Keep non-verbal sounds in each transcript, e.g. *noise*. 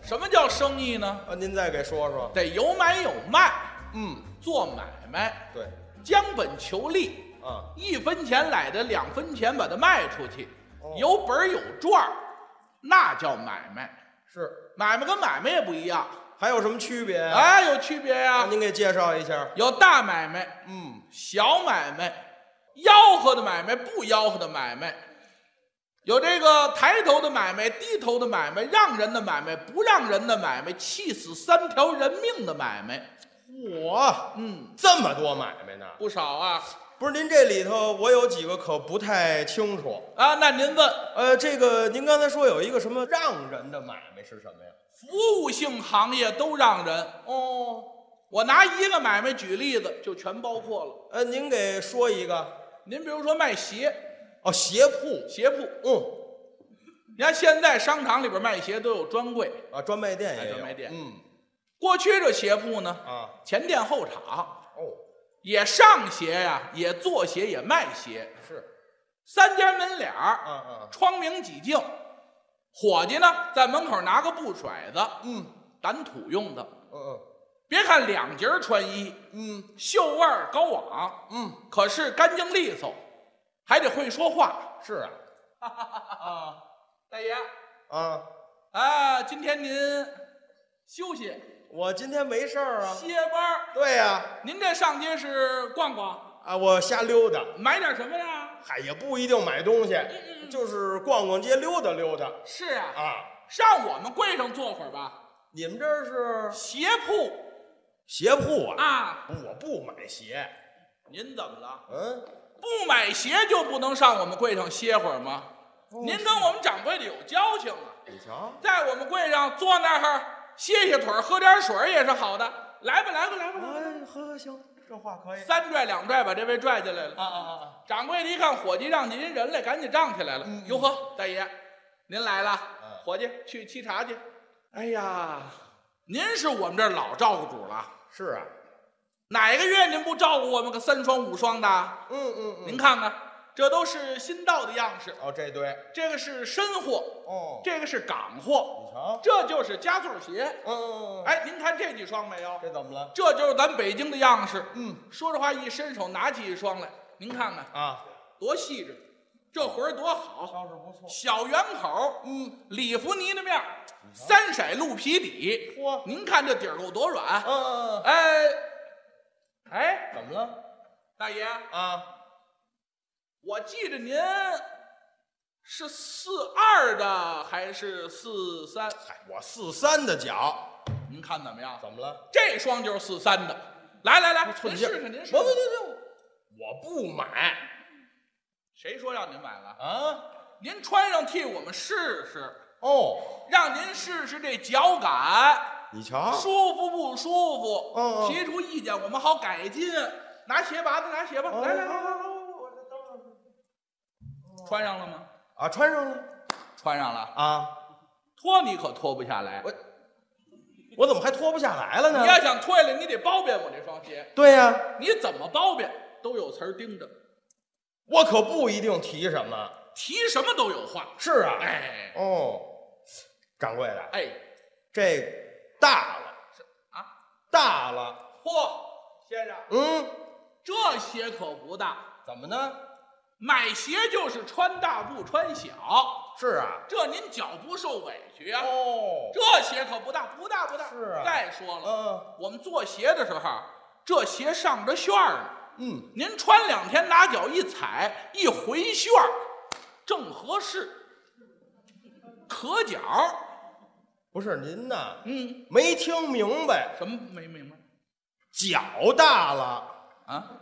什么叫生意呢？啊，您再给说说。得有买有卖，嗯，做买卖，对，将本求利，啊，一分钱来的两分钱把它卖出去，哦有本儿有赚儿，那叫买卖。是。买卖跟买卖也不一样，还有什么区别呀？哎，有区别呀、那您给介绍一下。有大买卖、嗯，小买卖、吆喝的买卖、不吆喝的买卖，有这个抬头的买卖、低头的买卖、让人的买卖、不让人的买卖、气死三条人命的买卖，我嗯，这么多买卖呢？不少啊不是您这里头，我有几个可不太清楚。啊！那您问呃，这个您刚才说有一个什么让人的买卖是什么呀？服务性行业都让人哦，我拿一个买卖举例子就全包括了。呃，您给说一个。您比如说卖鞋哦，鞋铺。鞋铺，嗯，你看现在商场里边卖鞋都有专柜，啊，专卖店也哎有。专卖店嗯，过去这鞋铺呢，啊，前店后厂，哦，也上鞋呀、也做鞋，也卖鞋，是。三家门脸啊儿，啊，窗明几净。伙计呢，在门口拿个布甩子，嗯掸土用的。嗯嗯别看两截儿穿衣，嗯袖腕高昂，嗯，可是干净利索，还得会说话。是啊啊，大爷，啊，啊，今天您休息我今天没事儿啊。歇班儿，对呀、您这上街是逛逛，啊，我瞎溜达，买点什么呀？嗨，也不一定买东西，嗯就是逛逛街、溜达溜达是啊，啊。上我们柜上坐会儿吧。你们这儿是鞋铺鞋铺啊？啊，我不买鞋，您怎么了？嗯，不买鞋就不能上我们柜上歇会儿吗？您跟我们掌柜的有交情啊，你瞧，在我们柜上坐那儿歇歇腿儿，喝点水儿也是好的。来吧，来吧，来吧，来吧哎，呵，行，这话可以三拽两拽把这位拽进来了。啊啊啊！掌柜的一看伙计让您人来，赶紧让起来了。哟呵，大爷，您来了，嗯伙计去沏茶去。哎呀，您是我们这儿老照顾主了，是啊，哪个月您不照顾我们个三双五双的？嗯嗯嗯，您看看，这都是新到的样式，哦，这对，这个是深货，哦，这个是港货，你瞧，这就是家穗儿鞋。嗯嗯嗯，哎，您看这几双没有？这怎么了？这就是咱北京的样式。嗯说着话一伸手拿起一双来，您看看啊，多细致，这活儿多好。倒是不错，小圆口，嗯，里弗尼的面儿，三色鹿皮底。嚯，您看这底儿够多软嗯！嗯嗯，哎，哎，怎么了？大爷，啊，我记着您是四二的还是四三？嗨，我四三的脚，您看怎么样？怎么了？这双就是四三的。来来来，您劲儿哎试试，您试不不不试。不，我不买谁说让您买了？啊！您穿上替我们试试，哦，让您试试这脚感。你瞧舒服不舒服？嗯嗯提出意见，我们好改进。拿鞋拔子，拿鞋吧，哦来来来来来，穿上了吗？啊，穿上了穿上了，啊，脱你可脱不下来。我我怎么还脱不下来了你要呢？想脱下来，你得包遍我这双鞋。对呀、你怎么包遍都有词儿盯着，我可不一定提什么。提什么都有话。是啊，哎哦，掌柜的，哎，这大了啊，大了，嚯，先生，嗯，这鞋可不大，怎么呢？买鞋就是穿大不穿小，是啊，这您脚不受委屈啊。哦，这鞋可不大，不大不大。是啊再说了，嗯我们做鞋的时候，这鞋上着旋儿呢，嗯，您穿两天，拿脚一踩，一回旋儿，正合适，可脚。不是您呐，嗯，没听明白，什么没明白脚大了，啊？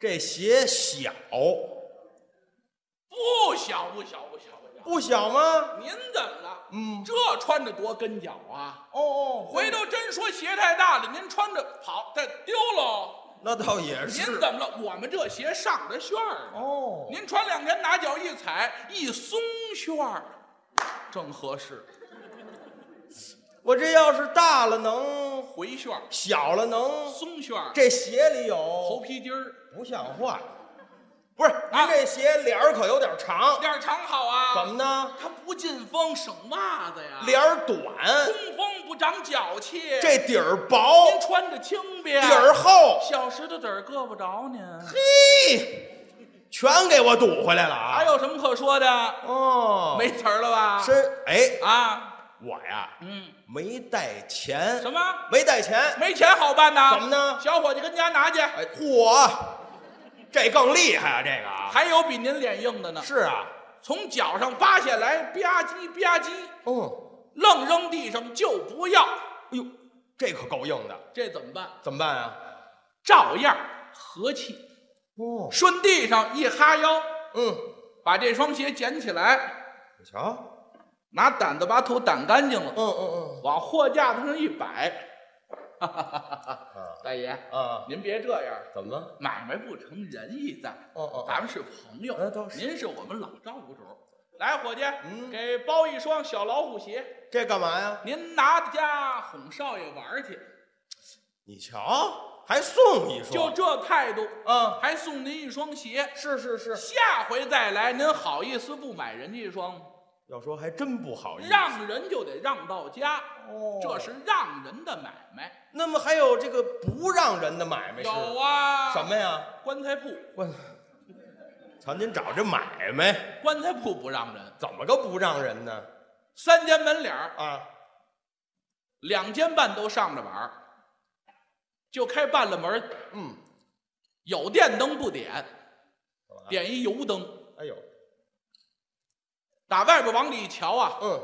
这鞋小，不小不小不小不小，不小吗？您怎么了？嗯，这穿着多跟脚啊！哦哦，回头真说鞋太大了，您穿着跑太丢喽。那倒也您是。怎么了？我们这鞋上着旋儿呢。哦，您穿两天，拿脚一踩，一松旋儿，正合适。我这要是大了能，回旋儿，小了能，松旋儿，这鞋里头有皮筋儿，不像话。不是，您啊这鞋脸儿可有点长，链儿长好啊。怎么呢？它不进风，省袜子呀。脸儿短，通风不长脚气，这底儿薄，您穿着轻便，底儿厚，小石头子儿硌不着您，嘿，全给我堵回来了啊！还有什么可说的？哦，哎没词儿了吧？身哎，啊，我呀嗯，没带钱，什么？没带钱，没钱好办呐？怎么呢小伙计跟家拿去，哎，嚯，这更厉害啊！这个啊，还有比您脸硬的呢，是啊，从脚上扒下来，吧唧吧唧，哦，愣扔地上就不要，哎呦，这可够硬的，这怎么办？怎么办啊？照样和气，哦，顺地上一哈腰，嗯，把这双鞋捡起来，你瞧，拿掸子把土掸干净了，嗯嗯往货架子上一摆。 *laughs* 大爷，嗯，啊，您别这样，怎么了？买卖不成仁义在，哦哦咱们是朋友哎倒，是您是我们老赵股主。来，伙计，嗯给包一双小老虎鞋，这干嘛呀？您拿家哄少爷玩儿去。你瞧，还送一就双，这态度，嗯，还送您一双鞋，是是是，下回再来，您好意思不买人家一双吗？要说还真不好意思。让人就得让到家，哦这是让人的买卖。那么还有这个不让人的买卖是有啊，什么呀？棺材铺？我，瞧您找这买卖，棺材铺不让人，怎么个不让人呢？三间门脸儿，啊，两间半都上着板儿，就开半了门儿，嗯，有电灯不点，怎么了点一油灯，哎呦，打外边往里一瞧啊，嗯，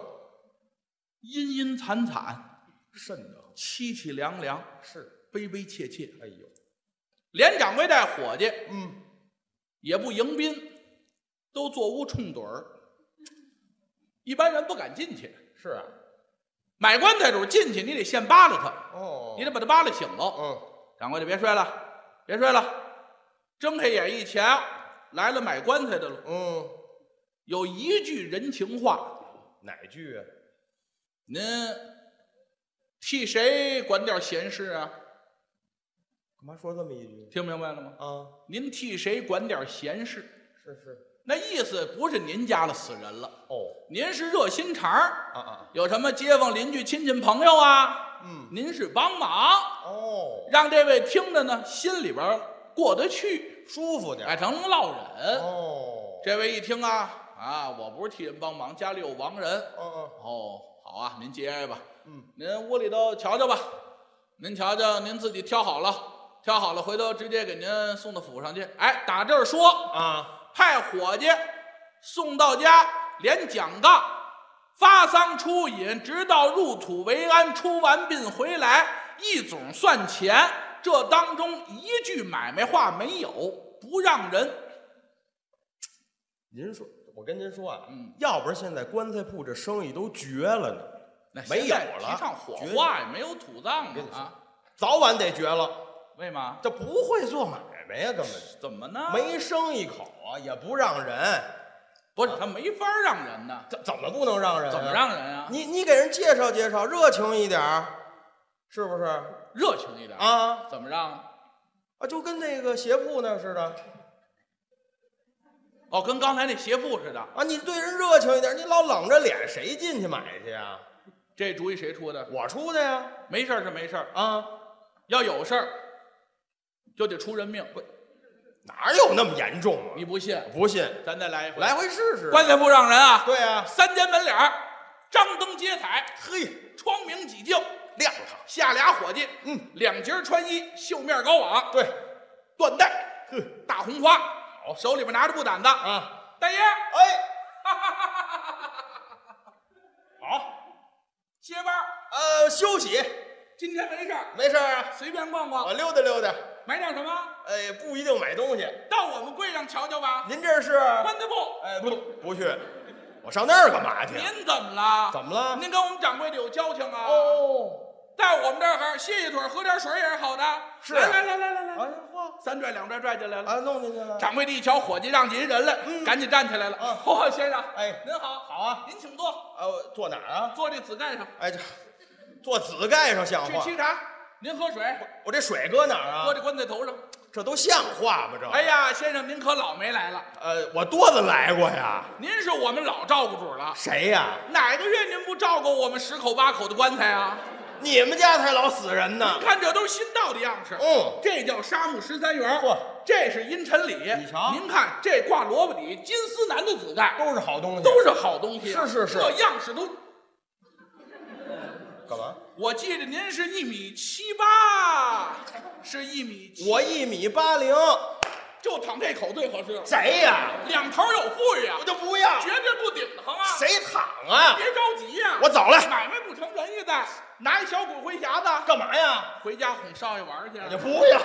阴阴惨惨，瘆得慌，凄凄凉凉，是，悲悲切切。哎呦，连掌柜带伙计嗯，也不迎宾，都坐屋冲盹儿，一般人不敢进去。是啊，买棺材主进去，你得先扒拉他，哦你得把他扒拉醒了。嗯，掌柜的，别睡了，别睡了，睁开眼一瞧，来了买棺材的了。嗯，有一句人情话，哪句啊？您替谁管点闲事啊？干嘛说这么一句听明白了吗？啊？您替谁管点闲事？是是，那意思不是您家了死人了，哦，您是热心肠儿，啊啊，有什么街坊邻居、亲戚朋友啊，嗯，您是帮忙，哦，让这位听着呢心里边儿过得去。舒服点，改成落忍。哦，这位一听啊啊，我不是替人帮忙，家里有亡人。嗯嗯哦，好啊，您节哀吧，嗯，您屋里头瞧瞧吧，您瞧瞧，您自己挑好了，挑好了，回头直接给您送到府上去。哎，打这儿说，啊，派伙计送到家，连讲杠，发丧出引，直到入土为安，出完殡回来，一总算钱。这当中一句买卖话没有，不让人。您说，我跟您说啊，嗯要不然现在棺材铺这生意都绝了呢。那现没有在了提倡火绝化也没有土葬跟了你说啊？早晚得绝了，为嘛？这不会做买卖呀、根本怎么呢？没生意口啊，也不让人，不是他没法让人呢，怎怎么不能让人、怎么？让人啊？你你给人介绍介绍，热情一点儿，是不是？热情一点，啊怎么让？啊，就跟那个鞋铺那似的哦，跟刚才那鞋铺似的，啊，你对人热情一点，你老冷着脸，谁进去买去呀？这主意谁出的？我出的呀，没事儿是没事儿，啊，要有事儿就得出人命。哪有那么严重啊？你不信？不信，咱再来一回。，来回试试。棺材铺让人啊，对啊，三间门脸儿，张灯结彩，嘿，窗明几净，亮堂，下俩伙计，嗯，两截儿穿衣，绣面高网，对，缎带，嗯哼大红花，手里边拿着布掸子，啊，大爷，哎，好，歇班儿，呃，休息，今天没事儿，没事儿啊，随便逛逛，我溜达溜达。买点什么？哎，不一定买东西。到我们柜上瞧瞧吧。您这是？棺材铺，哎，不不去，我上那儿干嘛去？您怎么了？怎么了您跟我们掌柜的有交情啊？，哦，在我们这儿歇一腿儿，喝点水也是好的。是来来来来来哎来，嚯，三拽两拽拽进来了。啊，弄进去了。掌柜的一瞧，伙计让起人来，赶紧站起来了。嗯嚯，先生，哎您好，好啊，您请坐，啊，我坐哪儿啊？坐这紫盖上，哎，这坐紫盖上像去话？沏茶，您喝水，我这水搁哪儿搁啊？这棺材头上。这都像话吗？这哎，呀，先生，您可老没来了。呃，我多的来过呀。您是我们老照顾主了，谁呀？哪个月您不照顾我们十口八口的棺材啊？你们家才老死人呢你。看这都是新道的样式。嗯，这叫沙漠十三园儿嚯，这是阴沉里。你瞧您看这挂萝卜底金丝楠的子盖，都是好东西。都是好东西啊。是是是这样式都，干嘛？我记得您是一米七八，是一米七，我一米八零，就躺这口最合适了。谁呀？两头有富裕啊我，就不要。绝对不顶疼啊。谁躺啊？别着急呀、我走了买卖不成仁义在，拿一小骨灰匣子干嘛呀？回家哄少爷玩去。啊我就不要。